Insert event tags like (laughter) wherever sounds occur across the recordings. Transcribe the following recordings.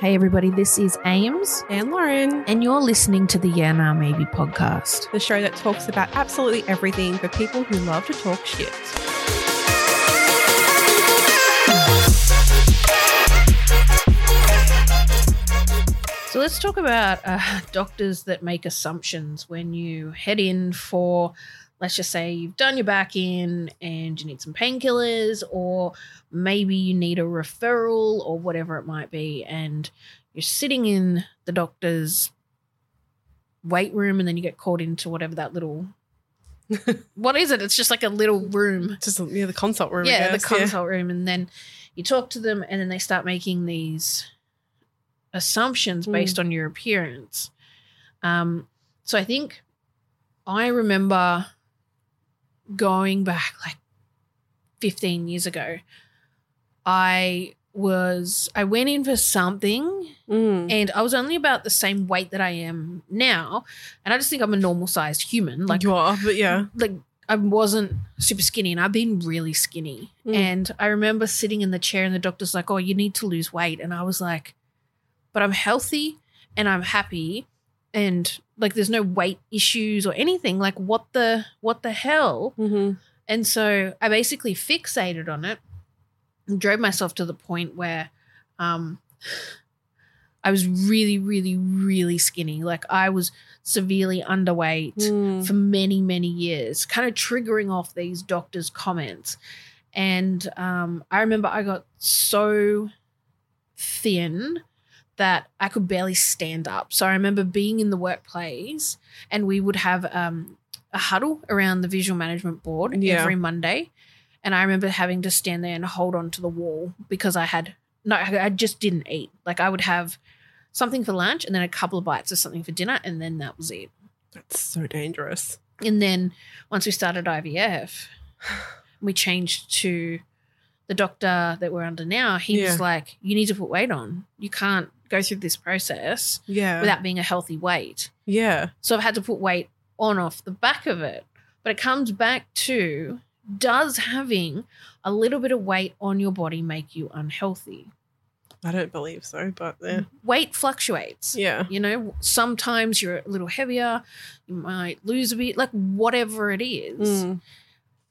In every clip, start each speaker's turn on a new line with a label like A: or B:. A: Hey, everybody, this is Ames,
B: And Lauren,
A: and you're listening to the Yeah Now Maybe podcast.
B: the show that talks about absolutely everything for people who love to talk shit.
A: So, let's talk about uh, (laughs) doctors that make assumptions when you head in for, let's just say, you've done your back in and you need some painkillers, or maybe you need a referral or whatever it might be. And you're sitting in the doctor's weight room, and then you get called into whatever that (laughs) little. what is it? It's just like a little room.
B: Just near the consult room. I
A: yeah, the
B: guess, (laughs) yeah.
A: consult room, and then you talk to them, and then they start making these assumptions
B: Mm.
A: based on your appearance. Um, so I think I remember going back like 15 years ago. I was I went in for something
B: Mm.
A: and I was only about the same weight that I am now, and I just think I'm a normal sized human. Like
B: you are, but yeah.
A: like I wasn't super skinny and I've been really skinny.
B: Mm.
A: And I remember sitting in the chair and the doctor's like, Oh, you need to lose weight. And I was like, But I'm healthy and I'm happy and like there's no weight issues or anything. Like what the what the hell?
B: Mm-hmm.
A: And so I basically fixated on it and drove myself to the point where um, I was really, really, really skinny. Like I was severely underweight
B: Mm. mm-hmm.
A: for many, many years, kind of triggering off these doctors' comments. And um, I remember I got so thin that I could barely stand up. So I remember being in the workplace and we would have um, a huddle around the visual management board
B: Yeah.
A: every Monday. And I remember having to stand there and hold on to the wall because I had no, I I just didn't eat. Like I would have something for lunch and then a couple of bites of something for dinner, and then that was it.
B: That's so dangerous.
A: And then once we started IVF, we changed to the doctor that we're under now. He
B: Yeah.
A: was like, You need to put weight on. You can't go through this process
B: Yeah.
A: without being a healthy weight.
B: yeah.
A: So I've had to put weight on off the back of it. But it comes back to does having a little bit of weight on your body make you unhealthy?
B: I don't believe so, but
A: Mm.
B: yeah.
A: Weight fluctuates.
B: Yeah.
A: You know, sometimes you're a little heavier, you might lose a bit, like whatever it is.
B: Mm.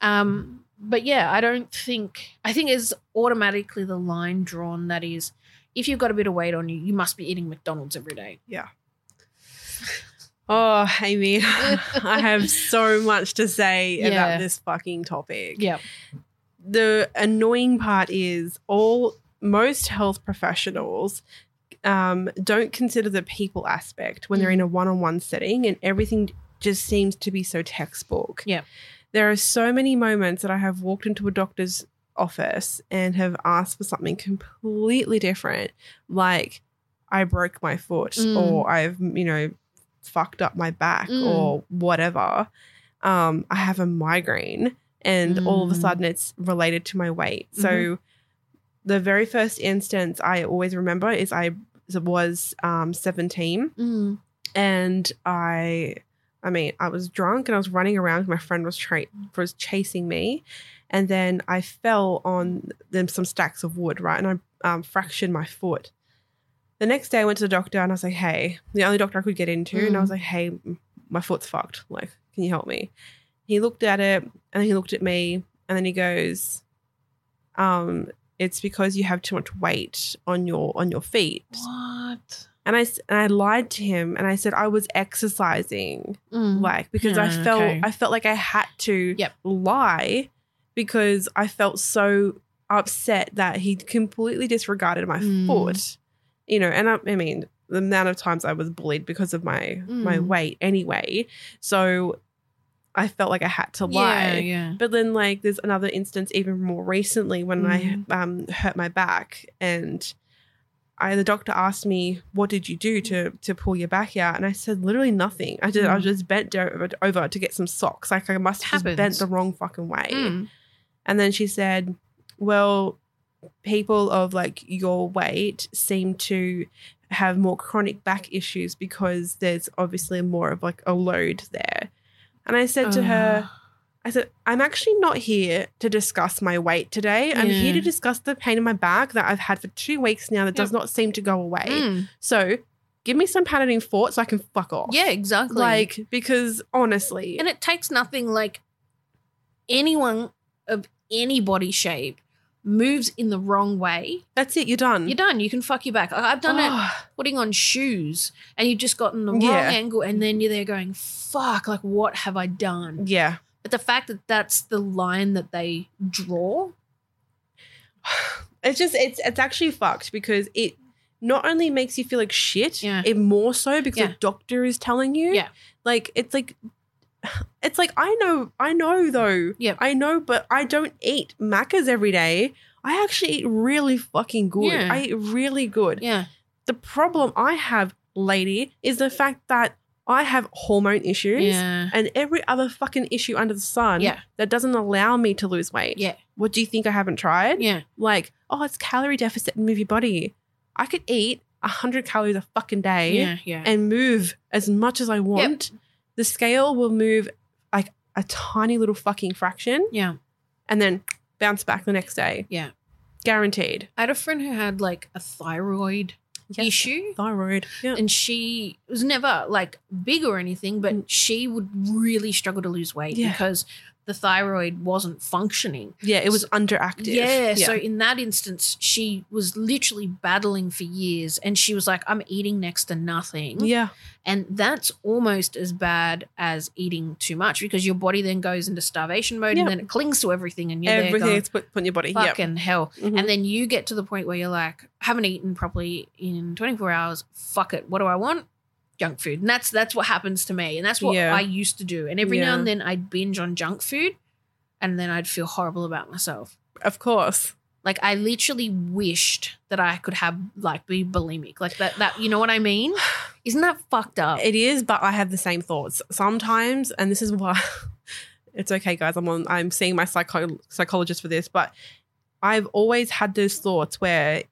A: Um, but yeah, I don't think I think is automatically the line drawn that is if you've got a bit of weight on you, you must be eating McDonald's every day.
B: Oh, Amy, (laughs) I
A: (laughs)
B: have so much to say
A: Yeah.
B: about this fucking topic.
A: Yeah.
B: the annoying part is all most health professionals um, don't consider the people aspect
A: Mm.
B: when they're in a one-on-one setting and everything just seems to be so textbook
A: Yeah.
B: there are so many moments that i have walked into a doctor's office and have asked for something completely different like i broke my foot
A: Mm.
B: or i've you know fucked up my back
A: Mm.
B: or whatever um, i have a migraine and all of a
A: Mm.
B: sudden it's related to my weight. So the very first instance I always remember is I was um, 17
A: Mm.
B: and I I mean I was drunk and I was running around my friend was tra- was chasing me and then I fell on them some stacks of wood right and I um, fractured my foot. The next day I went to the doctor and I was like hey the only doctor I could get into and I
A: Mm.
B: was like hey my foot's fucked like can you help me? He looked at it and then he looked at me and then he goes um it's because you have too much weight on your on your feet.
A: What?
B: And I, s- and I lied to him and I said I was exercising,
A: Mm.
B: like because I
A: Yeah,
B: felt
A: okay.
B: I felt like I had to
A: Yep.
B: lie because I felt so upset that he completely disregarded my
A: Mm.
B: foot. You know, and I, I mean the amount of times I was bullied because of my my
A: Mm.
B: weight anyway. So I felt like I had to lie.
A: Yeah, yeah.
B: But then, like, there's another instance even more recently when
A: Mhm.
B: I um, hurt my back, and I the doctor asked me, "What did you do to to pull your back out?" And I said, "Literally nothing. I did. I
A: Mm.
B: was just bent over, over to get some socks. Like I must have just bent
A: Happens.
B: the wrong fucking way."
A: Mm.
B: And then she said, Well, people of like your weight seem to have more chronic back issues because there's obviously more of like a load there. And I said to her,
A: Ugh.
B: I said, I'm actually not here to discuss my weight today. I'm here to
A: Yeah.
B: discuss the pain in my back that I've had for two weeks now that does not seem to go away.
A: Mm.
B: So give me some patterning fort so I can fuck off.
A: Yeah, exactly.
B: Like, because honestly,
A: and it takes nothing like anyone of any body shape moves in the wrong way.
B: that's it. You're done.
A: You're done. You can fuck your back. I- I've done it putting on shoes and you've just gotten the
B: Yeah.
A: wrong angle and then you're there going, fuck, like what have I done?
B: (sighs) Yeah.
A: But the fact that that's the line that they draw,
B: (sighs) It's just it's it's actually fucked because it not only makes you feel like shit,
A: Yeah.
B: it more so because
A: Yeah.
B: the doctor is telling you.
A: Yeah.
B: Like it's like (sighs) it's like I know I know though.
A: Yeah.
B: I know, but I don't eat macas every day. I actually eat really fucking good.
A: Yeah.
B: I eat really good.
A: yeah,
B: The problem I have, lady, is the fact that I have hormone issues
A: yeah,
B: and every other fucking issue under the sun
A: Yeah.
B: that doesn't allow me to lose weight.
A: Yeah.
B: What do you think I haven't tried?
A: yeah,
B: like, oh, it's calorie deficit and move your body. I could eat 100 calories a fucking day
A: yeah, yeah,
B: and move as much as I want. The scale will move like a tiny little fucking fraction
A: yeah.
B: and then bounce back the next day.
A: Yeah.
B: Guaranteed.
A: I had a friend who had like a thyroid issue.
B: Thyroid. Yeah.
A: And she was never like big or anything, but
B: Mm.
A: she would really struggle to lose weight
B: Yeah.
A: because the thyroid wasn't functioning.
B: yeah, it was underactive.
A: Yeah, So in that instance, she was literally battling for years and she was like, I'm eating next to nothing.
B: yeah.
A: And that's almost as bad as eating too much because your body then goes into starvation mode
B: Yep.
A: and then it clings to everything and you're
B: Everything
A: there
B: that's put, put in your body.
A: going,
B: Yeah.
A: fucking hell.
B: Mhm.
A: And then you get to the point where you're like, haven't eaten properly in 24 hours. Fuck it. What do I want? Junk food. And that's that's what happens to me. And that's what
B: Yeah.
A: I used to do. And every now
B: Yeah.
A: and then I'd binge on junk food and then I'd feel horrible about myself.
B: of course.
A: Like I literally wished that I could have like be bulimic. Like that that you know what I
B: (sighs)
A: mean? Isn't that fucked up?
B: It is, but I have the same thoughts sometimes, and this is why (laughs) it's okay, guys. I'm on. I'm seeing my psycho- psychologist for this, but I've always had those thoughts where,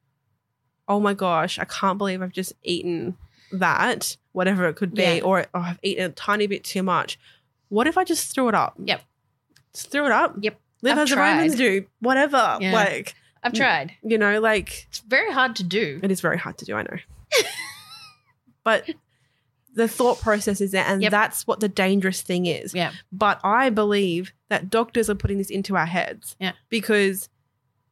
B: oh my gosh, I can't believe I've just eaten that, whatever it could be,
A: Yeah.
B: or oh, I've eaten a tiny bit too much. What if I just threw it up?
A: Yep.
B: just threw it up.
A: Yep.
B: live
A: I've
B: as the Romans
A: tried.
B: do. Whatever,
A: Yeah.
B: like
A: I've tried.
B: you know, like
A: It's very hard to do.
B: it is very hard to do, I know. (laughs) but the thought process is there, and
A: Yep.
B: that's what the dangerous thing is.
A: Yeah.
B: But I believe that doctors are putting this into our heads.
A: Yeah.
B: Because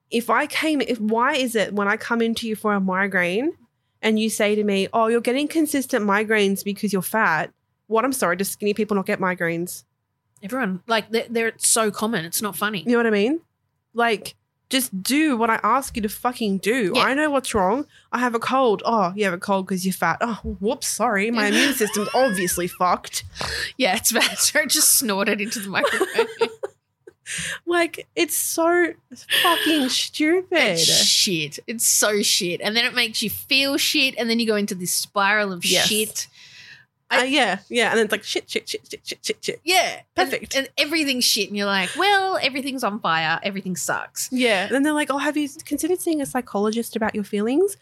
B: if I came, if why is it when I come into you for a migraine and you say to me, "Oh, you're getting consistent migraines because you're fat," what I'm sorry, do skinny people not get migraines?
A: Everyone like they're, they're so common. It's not funny.
B: You know what I mean? Like, just do what I ask you to fucking do.
A: Yeah.
B: I know what's wrong. I have a cold. Oh, you have a cold because you're fat. Oh, whoops, sorry. My
A: (laughs)
B: immune system's obviously fucked.
A: Yeah, it's bad. (laughs) So I just snorted into
B: (laughs)
A: the microphone.
B: Like, it's so fucking stupid.
A: It's shit. It's so shit. And then it makes you feel shit. And then you go into this spiral of
B: Yes.
A: shit.
B: Uh, yeah, yeah. And then it's like shit, shit, shit, shit, shit, shit, shit.
A: Yeah. and-
B: Perfect.
A: And, everything's shit. And you're like, well, everything's on fire. Everything sucks.
B: Yeah. Then they're like, oh, have you considered seeing a psychologist about your feelings?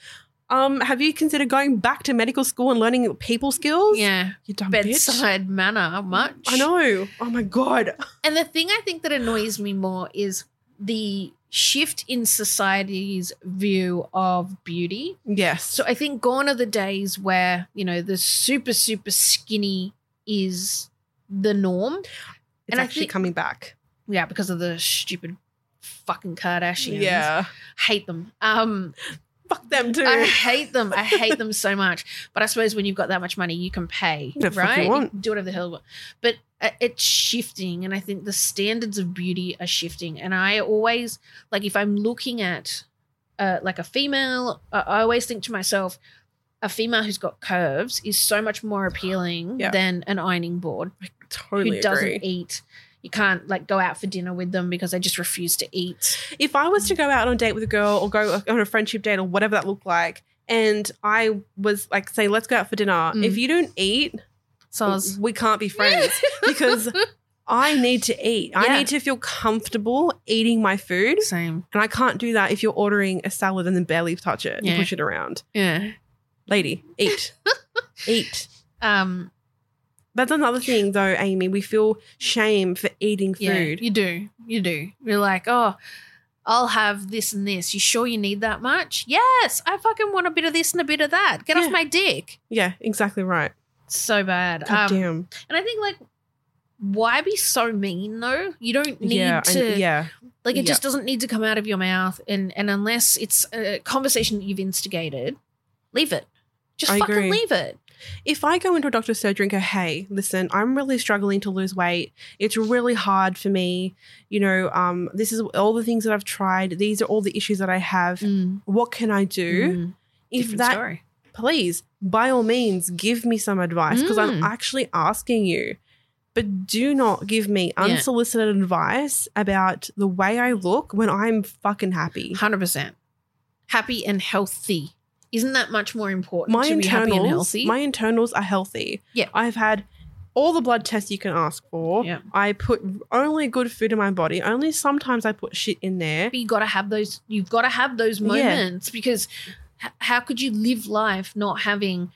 B: Um, have you considered going back to medical school and learning people skills?
A: Yeah.
B: You dumb bitch.
A: Bedside manner, much.
B: I know. Oh my god.
A: And the thing I think that annoys me more is the shift in society's view of beauty.
B: Yes.
A: So I think gone are the days where, you know, the super, super skinny is the norm.
B: it's
A: and I
B: actually
A: think-
B: coming back.
A: Yeah, because of the stupid fucking Kardashians. Hate them. Um
B: Fuck them too. (laughs)
A: I hate them. I hate them so much. But I suppose when you've got that much money, you can pay,
B: The fuck you
A: right?
B: want.
A: do whatever the hell you want. But uh, it's shifting and I think the standards of beauty are shifting and I always like if I'm looking at uh, like a female, I I always think to myself a female who's got curves is so much more appealing
B: Yeah.
A: than an ironing board
B: totally
A: who doesn't
B: agree.
A: eat. You can't like go out for dinner with them because they just refuse to
B: (laughs)
A: eat.
B: If I was to go out on a date with a girl or go on a friendship date or whatever that looked like, and I was like, say, let's go out for dinner.
A: Mm.
B: If you don't eat,
A: So I was
B: we can't
A: (laughs)
B: be friends because I need to eat. I
A: Yeah.
B: need to feel comfortable eating my food.
A: same.
B: And I can't do that if you're ordering a salad and then barely touch it
A: Yeah.
B: and push it around.
A: (laughs) Yeah.
B: Lady, eat. eat.
A: Um
B: That's another thing, though, Amy. We feel shame for eating
A: Yeah,
B: food.
A: you do. You do. You're like, oh, I'll have this and this. You sure you need that much? Yes, I fucking want a bit of this and a bit of that. Get
B: Yeah.
A: off my dick.
B: Yeah, exactly right.
A: So bad.
B: God
A: Um,
B: damn.
A: and I think like, why be so mean though? You don't need
B: yeah, I-
A: to.
B: yeah,
A: Like it
B: Yeah.
A: just doesn't need to come out of your mouth, and and unless it's a conversation that you've instigated, leave it. Just
B: I
A: fucking
B: agree.
A: leave it.
B: if I go into a doctor's surgery and go, hey, listen, I'm really struggling to lose weight. It's really hard for me. You know, um, this is all the things that I've tried. These are all the issues that I have. What can I do?
A: Mm.
B: Mm. If
A: Different
B: that,
A: story.
B: please, by all means, give me some advice because I'm
A: Mm.
B: actually asking you. But do not give me unsolicited advice about the way I look when I'm fucking happy.
A: Hundred percent. Happy and healthy. Isn't that much more important
B: My
A: to be happy and
B: internals,
A: healthy?
B: my internals are healthy.
A: Yeah.
B: I've had all the blood tests you can ask for.
A: Yeah.
B: I put only good food in my body. Only sometimes I put shit in there.
A: But you gotta have those you've gotta have those
B: Yeah.
A: moments because h- how could you live life not having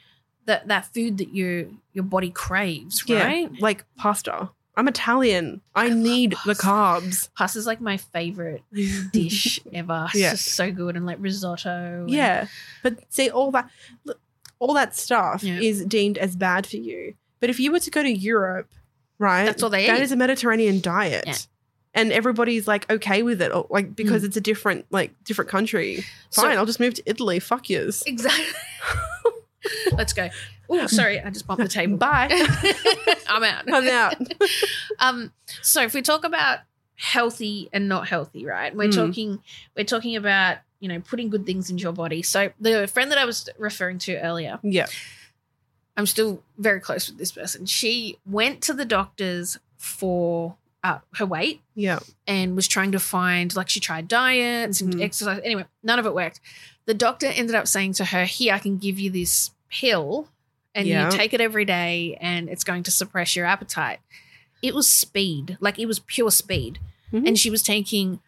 A: that that food that your your body craves,
B: Yeah,
A: right?
B: like pasta. I'm Italian. I need
A: (laughs)
B: the carbs.
A: Pasta's like my
B: (laughs)
A: favorite dish ever. It's
B: Yeah.
A: just so good and like risotto. and-
B: Yeah. But see all that look, all that stuff
A: Yeah.
B: is deemed as bad for you. But if you were to go to Europe, right?
A: That's all they
B: That
A: eat.
B: is a Mediterranean diet.
A: Yeah. Mm.
B: And everybody's like okay with it, or, like because it's a different like different country.
A: So-
B: Fine, I'll just move to Italy. Fuck (laughs) yous.
A: (laughs) Exactly. Let's go. Oh, sorry, I just bumped the table.
B: Bye.
A: (laughs) I'm out.
B: I'm (laughs) out.
A: um so if we talk about healthy and not healthy right we're
B: Mm.
A: talking we're talking about you know putting good things into your body so the friend that i was referring to earlier
B: Yeah.
A: i'm still very close with this person she went to the doctors for uh, her weight
B: Yeah.
A: and was trying to find like she tried diets and
B: Mhm.
A: exercise anyway none of it worked the doctor ended up saying to her here i can give you this pill and
B: Yeah.
A: you take it every day and it's going to suppress your appetite it was speed like it was pure speed
B: Mhm.
A: and she was taking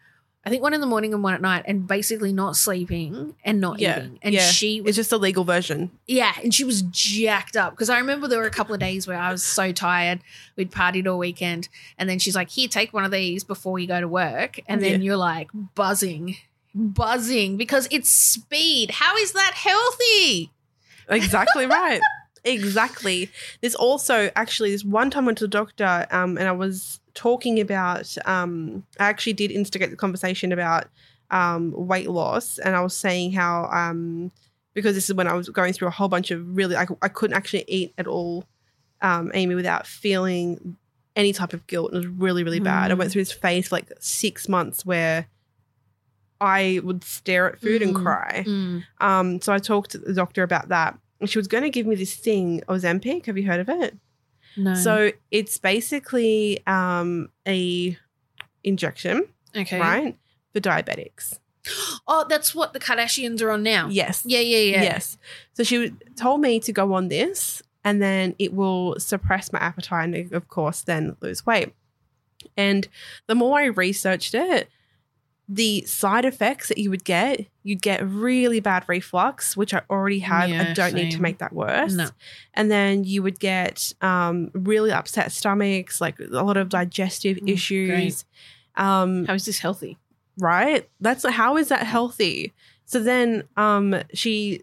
A: i think one in the morning and one at night and basically not sleeping and not
B: Yeah.
A: eating and
B: Yeah.
A: she was
B: It's just a legal version.
A: yeah, and she was jacked up because I remember there were a couple of days where I was so tired. We'd partied all weekend, and then she's like, "Here, take one of these before you go to work." And then you're like buzzing, buzzing because it's speed. How is that healthy?
B: Exactly right. Exactly. There's also actually this one time I went to the doctor um, and I was talking about um, I actually did instigate the conversation about um, weight loss and I was saying how um, because this is when I was going through a whole bunch of really I, I couldn't actually eat at all um, Amy without feeling any type of guilt. It was really really bad. I
A: Mm.
B: went through this phase for like six months where I would stare at food and
A: Mm.
B: cry. Um, so I talked to the doctor about that. And she was going to give me this thing, Ozempic. Have you heard of it?
A: no.
B: So it's basically um, a injection,
A: okay,
B: right, for diabetics.
A: Oh, that's what the Kardashians are on now.
B: Yes.
A: Yeah, yeah, yeah.
B: Yes. So she w- told me to go on this, and then it will suppress my appetite, and of course, then lose weight. And the more I researched it, the side effects that you would get, you'd get really bad reflux, which I already have. I
A: Yeah,
B: don't need to
A: same.
B: make that worse.
A: No.
B: And then you would get um, really upset stomachs, like a lot of digestive
A: Mm,
B: issues. Um,
A: How is this healthy?
B: right? That's how is that healthy? So then um she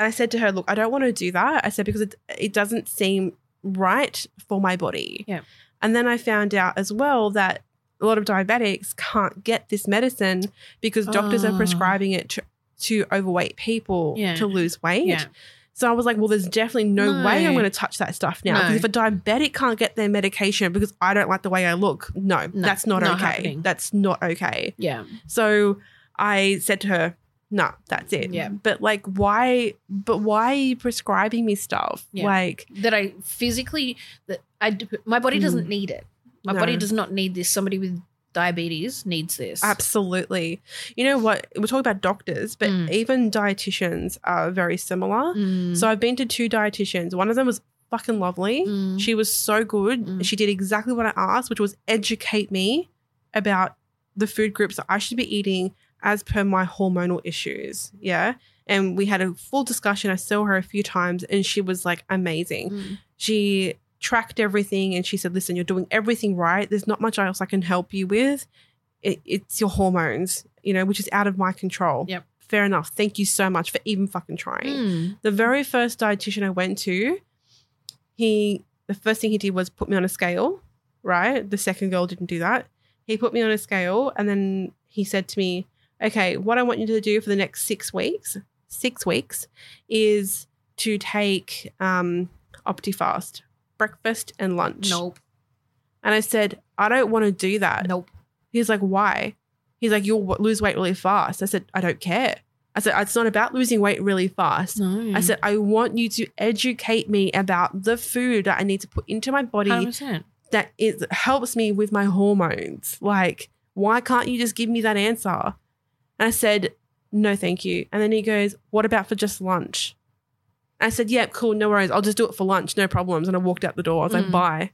B: I said to her, look, I don't want to do that. I said because it it doesn't seem right for my body.
A: Yeah.
B: And then I found out as well that a lot of diabetics can't get this medicine because doctors are
A: Ah.
B: prescribing it to, to overweight people
A: Yeah.
B: to lose weight.
A: Yeah.
B: So I was like, well, there's definitely no, way
A: No.
B: I'm going to touch that stuff now.
A: No.
B: Because if a diabetic can't get their medication because I don't like the way I look, no,
A: No,
B: that's not,
A: not
B: okay.
A: happening.
B: That's not okay.
A: Yeah.
B: So I said to her, "No, that's it."
A: Yeah.
B: But like, why? But why are you prescribing me stuff?
A: Yeah.
B: Like,
A: that I physically that I d- my body doesn't need it. My
B: No.
A: body does not need this. Somebody with diabetes needs this.
B: absolutely. You know what? We're talking about doctors, but
A: Mm.
B: even dietitians are very similar.
A: Mm.
B: So I've been to two dietitians. One of them was fucking lovely.
A: Mm.
B: She was so good.
A: Mm.
B: She did exactly what I asked, which was educate me about the food groups that I should be eating as per my hormonal issues. Yeah. And we had a full discussion. I saw her a few times and she was like amazing.
A: Mm.
B: She tracked everything and she said, Listen, you're doing everything right. There's not much else I can help you with. It, it's your hormones, you know, which is out of my control.
A: Yep.
B: Fair enough. Thank you so much for even fucking trying.
A: Mm.
B: The very first dietitian I went to, he the first thing he did was put me on a scale, right? The second girl didn't do that. He put me on a scale and then he said to me, "Okay, what I want you to do for the next 6 weeks, 6 weeks is to take um Optifast, breakfast and lunch."
A: Nope.
B: And I said, "I don't want to do that."
A: Nope.
B: He's like, why? He's like, you'll w- lose weight really fast. I said, I don't care. I said, it's not about losing weight really fast.
A: No.
B: I said, I want you to educate me about the food that I need to put into my body
A: 100%.
B: that it helps me with my hormones. Like, why can't you just give me that answer? And I said, no, thank you. And then he goes, what about for just lunch? I said, yeah, cool, no worries. I'll just do it for lunch, no problems. And I walked out the door. I was like,
A: Mm.
B: bye.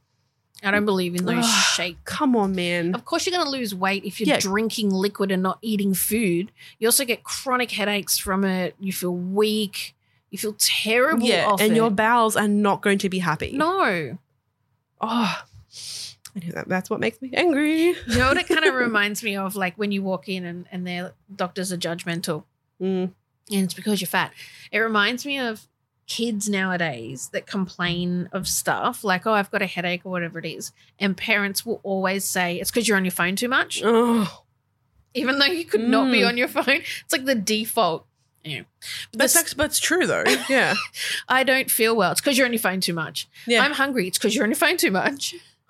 A: I don't believe in those
B: Ugh.
A: shake.
B: Come on, man.
A: Of course, you're going to lose weight if you're
B: Yeah.
A: drinking liquid and not eating food. You also get chronic headaches from it. You feel weak. You feel terrible.
B: Yeah,
A: off
B: and
A: it.
B: your bowels are not going to be happy.
A: no.
B: Oh, I know that, that's what makes me angry.
A: You know what it kind of reminds me of? Like when you walk in and, and their doctors are judgmental
B: Mm,
A: and it's because you're fat. It reminds me of kids nowadays that complain of stuff like, oh, I've got a headache or whatever it is. And parents will always say, it's because you're on your phone too much,
B: Oh,
A: even though you could not be
B: Mm.
A: on your phone. It's like the default. Anyway, But
B: that's
A: this-
B: actually, that's true though. Yeah,
A: I don't feel well. It's because you're on your phone too much.
B: yeah.
A: I'm hungry. It's because you're on your phone too much.
B: (sighs)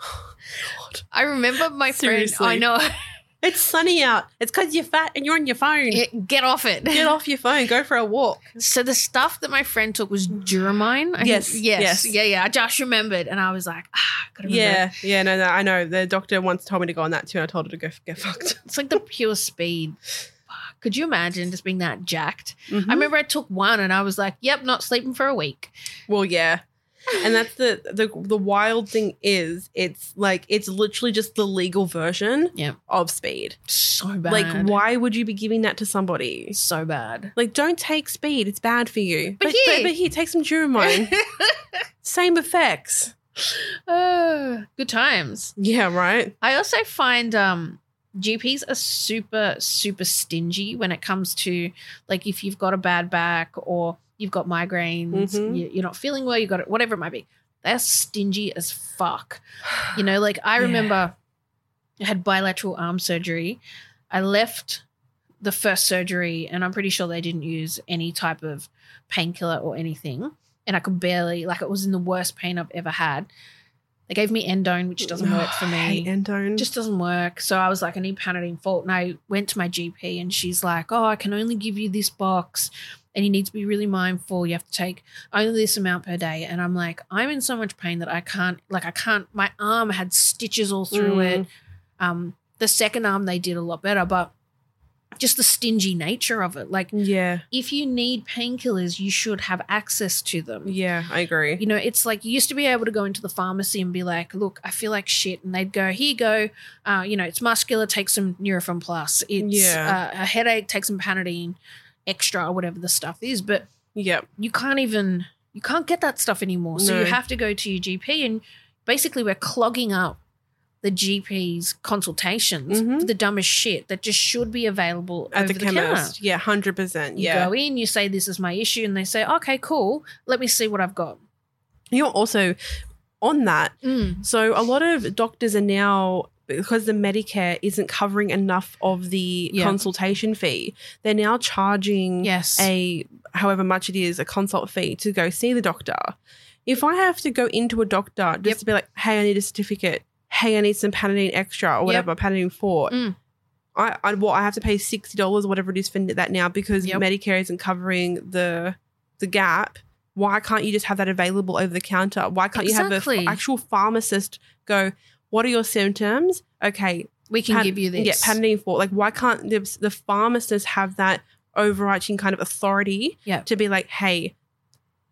B: God.
A: I remember my
B: Seriously.
A: friend. I know. (laughs)
B: It's sunny out. It's because you're fat and you're on your phone.
A: Get off it.
B: Get off your phone. Go for a walk.
A: So the stuff that my friend took was Duramine. I
B: Yes,
A: think- yes,
B: yes.
A: yeah, yeah. I just remembered, and I was like, ah, gotta remember.
B: Yeah, yeah. No, no. I know. The doctor once told me to go on that too, and I told her to go f- get fucked.
A: It's like the pure speed. Fuck, Could you imagine just being that jacked? I
B: I mean,
A: remember I took one, and I was like, yep, not sleeping for a week.
B: well, yeah. And that's the the the wild thing is it's like it's literally just the legal version
A: Yeah.
B: of speed.
A: So bad.
B: Like, why would you be giving that to somebody?
A: So bad.
B: Like, don't take speed. It's bad for you.
A: But
B: but,
A: here-
B: but, but here, take
A: (laughs)
B: some (laughs) Duramine. Same effects.
A: Oh, good times.
B: Yeah, right.
A: I also find um GPs are super super stingy when it comes to like if you've got a bad back or you've got migraines,
B: Mhm.
A: you, you're not feeling well, you got it, whatever it might be. They're stingy as fuck. You know, like I
B: (sighs) Yeah.
A: remember I had bilateral arm surgery. I left the first surgery and I'm pretty sure they didn't use any type of painkiller or anything. And I could barely like it was in the worst pain I've ever had. They gave me endone, which doesn't work for me
B: (sighs) I hate endone.
A: just doesn't work. So I was like, I need Panadine Fault. And I went to my GP and she's like, Oh, I can only give you this box and you need to be really mindful. You have to take only this amount per day. And I'm like, I'm in so much pain that I can't, like, I can't, my arm had stitches all through
B: Mm.
A: it. Um, the second arm they did a lot better, but just the stingy nature of it. Like,
B: yeah,
A: if you need painkillers, you should have access to them.
B: yeah, I agree.
A: You know, it's like you used to be able to go into the pharmacy and be like, look, I feel like shit. And they'd go, here you go. Uh, you know, it's muscular, take some Nurofen Plus. It's
B: Yeah.
A: uh, a headache, take some Panadine extra or whatever the stuff is. But
B: Yep.
A: you can't even, you can't get that stuff anymore. So you
B: No.
A: have to go to your GP. And basically, we're clogging up the GP's consultations
B: Mhm.
A: for the dumbest shit that just should be available
B: At
A: over
B: the chemist.
A: counter.
B: Yeah, hundred percent.
A: You
B: Yeah.
A: go in, you say, this is my issue. And they say, okay, cool. Let me see what I've got.
B: You're also on that.
A: Mm.
B: So a lot of doctors are now because the Medicare isn't covering enough of the
A: Yeah.
B: consultation fee. They're now charging
A: Yes.
B: Mm. a however much it is a consult fee to go see the doctor. If I have to go into a doctor just
A: Yep.
B: to be like, hey, I need a certificate. Hey, I need some Panadine extra or
A: Yep.
B: whatever Panadine for.
A: Mm.
B: I, I well, I have to pay sixty dollars or whatever it is for that now because
A: Yep.
B: Medicare isn't covering the the gap. Why can't you just have that available over the counter? Why can't you have
A: Exactly.
B: an actual pharmacist go? What are your symptoms? Okay,
A: we can
B: Pan-
A: give you this.
B: Yeah, Panadine for like why can't the, the pharmacists have that overarching kind of authority
A: Yeah.
B: to be like, hey,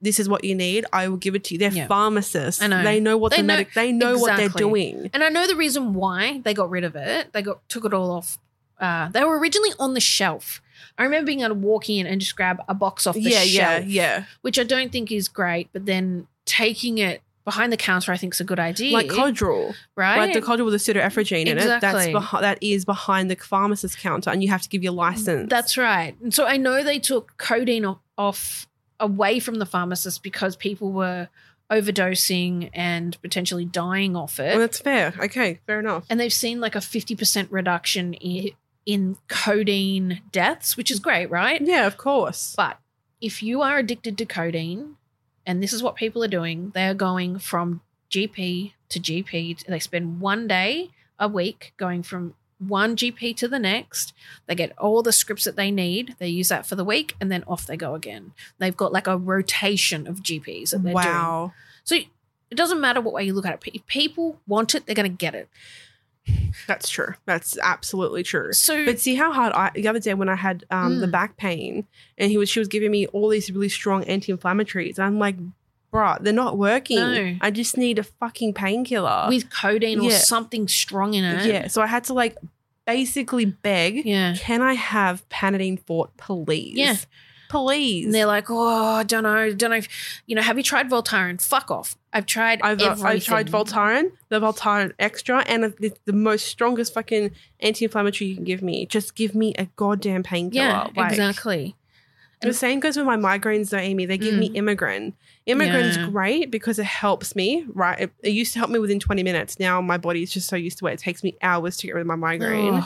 B: this is what you need. I will give it to you. They're
A: Yeah.
B: pharmacists.
A: I know.
B: They know what
A: They
B: the
A: know-
B: medic. They know what they're
A: Exactly.
B: doing.
A: and I know the reason why they got rid of it. They got took it all off. Uh, they were originally on the shelf. I remember being able to walk in and just grab a box off the
B: yeah,
A: shelf,
B: yeah, yeah.
A: which I don't think is great. But then taking it behind the counter, I think is a good idea.
B: Like Codral,
A: right?
B: like the Codral with the pseudoephedrine in it. That's
A: Exactly.
B: behi- that is behind the pharmacist's counter, and you have to give your license.
A: That's right. And so I know they took codeine o- off away from the pharmacist because people were overdosing and potentially dying off
B: well,
A: it.
B: that's fair. Okay, fair enough.
A: And they've seen like a 50% reduction in, in codeine deaths, which is great, right?
B: Yeah, of course.
A: But if you are addicted to codeine, and this is what people are doing, they are going from GP to GP. They spend one day a week going from one GP to the next. They get all the scripts that they need. They use that for the week and then off they go again. They've got like a rotation of GPs that they're doing.
B: wow.
A: So it doesn't matter what way you look at it. Pe- If people want it, they're going to get it.
B: That's true. That's absolutely true.
A: So
B: But see how hard I the other day when I had um, the
A: Mm.
B: back pain and he was she was giving me all these really strong anti-inflammatories. And I'm like, bruh, they're not working.
A: No.
B: I just need a fucking painkiller.
A: with codeine or
B: yeah.
A: something strong in it.
B: Yeah. So I had to like basically beg,
A: Yeah.
B: can I have Panadine Fort, please?
A: Yeah.
B: Please.
A: And they're like, oh, I don't know, don't know. If, you know, have you tried Voltaren? Fuck off. I've tried
B: I've, uh,
A: everything.
B: I've tried Voltaren, the Voltaren Extra, and the, the most strongest fucking anti-inflammatory you can give me. Just give me a goddamn painkiller.
A: Yeah,
B: Like,
A: exactly.
B: The
A: And-
B: same goes with my migraines, though, Amy. They give me Immigrant. Immigrant's
A: Mm. Yeah. great
B: great because it helps me, right? It, it used to help me within 20 minutes. Now my body's just so used to it. It takes me hours to get rid of my migraine.
A: Ugh.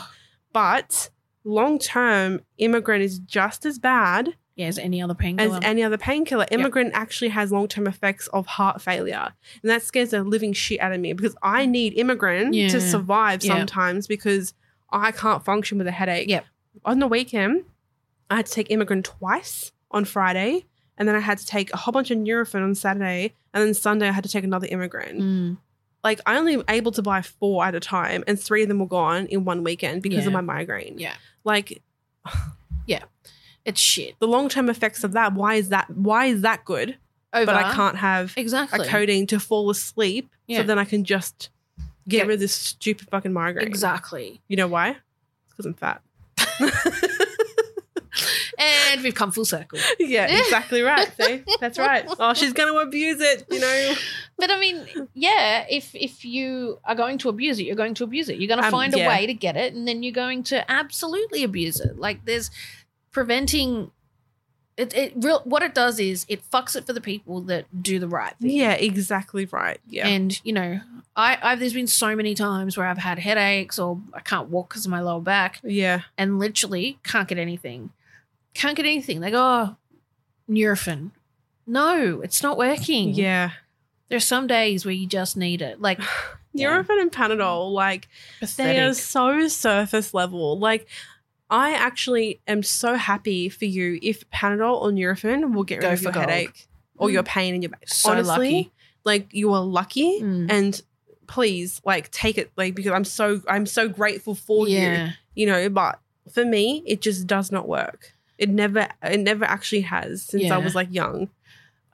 B: But long term, Immigrant is just as bad
A: Yeah, as any other
B: as
A: painkiller.
B: any other painkiller. Immigrant actually has long term effects of heart failure. And that scares the living shit out of me because I need Immigrant
A: Yeah.
B: to survive
A: Yeah.
B: sometimes because I can't function with a headache.
A: Yep.
B: On the weekend, I had to take Immigrant twice on Friday. And then I had to take a whole bunch of Nurofen on Saturday. And then Sunday, I had to take another Immigrant.
A: Mm.
B: Like, I only am able to buy four at a time, and three of them were gone in one weekend because of
A: Yeah.
B: my migraine.
A: Yeah.
B: Like,
A: It's shit.
B: the long term effects of that, why is that? Why is that good?
A: Over.
B: But I can't have a
A: Exactly.
B: codeine to fall asleep
A: Yeah.
B: so then I can just get
A: Yeah.
B: rid of this stupid fucking migraine.
A: Exactly.
B: You know why? It's because I'm fat. (laughs)
A: And we've come full circle.
B: yeah, exactly right. See? That's
A: (laughs)
B: right. Oh, she's going to abuse it, you know?
A: But I mean, yeah, if if you are going to abuse it, you're going to abuse it. You're going to
B: Um,
A: find
B: yeah.
A: a way to get it, and then you're going to absolutely abuse it. Like there's preventing. It, it real what it does is it fucks it for the people that do the right thing.
B: Yeah, exactly right. Yeah.
A: And you know, I I've there's been so many times where I've had headaches or I can't walk because of my lower back
B: yeah.
A: and literally can't get anything. Can't get anything. Like, oh, Nurofen. No, it's not working.
B: Yeah.
A: There's some days where you just need it. Like Yeah.
B: Nurofen and Panadol, like,
A: pathetic.
B: they are so surface level. Like, I actually am so happy for you if Panadol or Nurofen will get rid
A: Go
B: of
A: for
B: your
A: gold. Mm.
B: headache or your pain in your back.
A: so
B: honestly,
A: lucky.
B: Like, you are lucky.
A: Mm.
B: and please like take it like because i'm so i'm so grateful for you
A: yeah.
B: you know but for me it just does not work it never it never actually has since i
A: Yeah.
B: was like young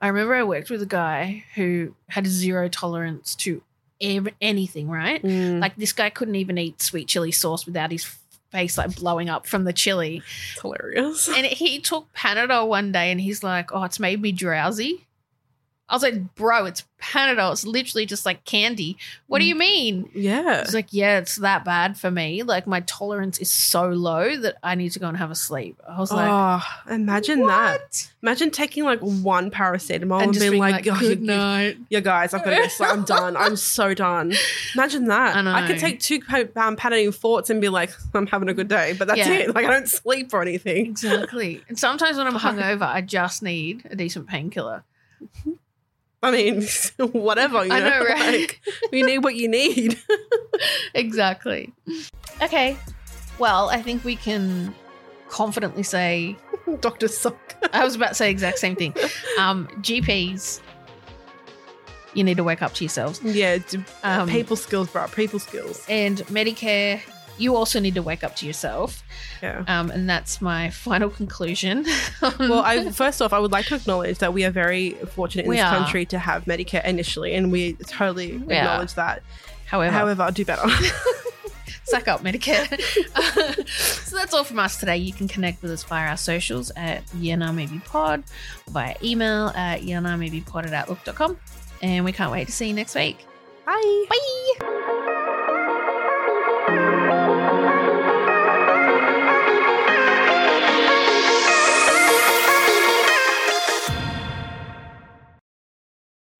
A: I remember I worked with a guy who had zero tolerance to ev- anything, right?
B: Mm.
A: Like this guy couldn't even eat sweet chili sauce without his face like blowing up from the chili.
B: it's hilarious
A: (laughs) And he took Panadol one day and he's like, oh, it's made me drowsy. I was like, bro, it's Panadol. It's literally just like candy. What do you mean?
B: (laughs) yeah
A: He's like, yeah, it's that bad for me. Like, my tolerance is so low that I need to go and have a sleep. I was like,
B: oh imagine that
A: "What?"
B: imagine taking like one paracetamol and,
A: And just
B: being, like, "Oh,
A: good
B: you-
A: night.
B: you guys i've got to go to sleep. i'm done i'm so done imagine that
A: I know.
B: could take two pa- um, panadol forts and be like i'm having a good day but that's
A: Yeah.
B: it like i don't sleep or anything
A: (laughs) Exactly. and sometimes when I'm hungover, I just need a decent painkiller.
B: i mean (laughs) whatever you
A: I know, (laughs) right?
B: Like, you need what you need. (laughs)
A: exactly. Okay. Well, I think we can confidently say
B: Dr. Sock.
A: I was about to say the exact same thing. Um, GPs, you need to wake up to yourselves.
B: Yeah, d-
A: Um,
B: Uh, people skills, bro. People skills.
A: and Medicare, you also need to wake up to yourself.
B: Yeah.
A: Um, and that's my final conclusion. (laughs)
B: Well, I, first off, I would like to acknowledge that we are very fortunate in
A: We
B: this
A: are.
B: country to have Medicare initially, and we totally
A: We are.
B: acknowledge that.
A: however,
B: However, I'll do better. (laughs)
A: suck up, Medicare. (laughs) so that's all from us today. You can connect with us via our socials at Yana Maybe Pod, via email at Yana Maybe Pod at outlook.com. And we can't wait to see you next week.
B: Bye.
A: Bye.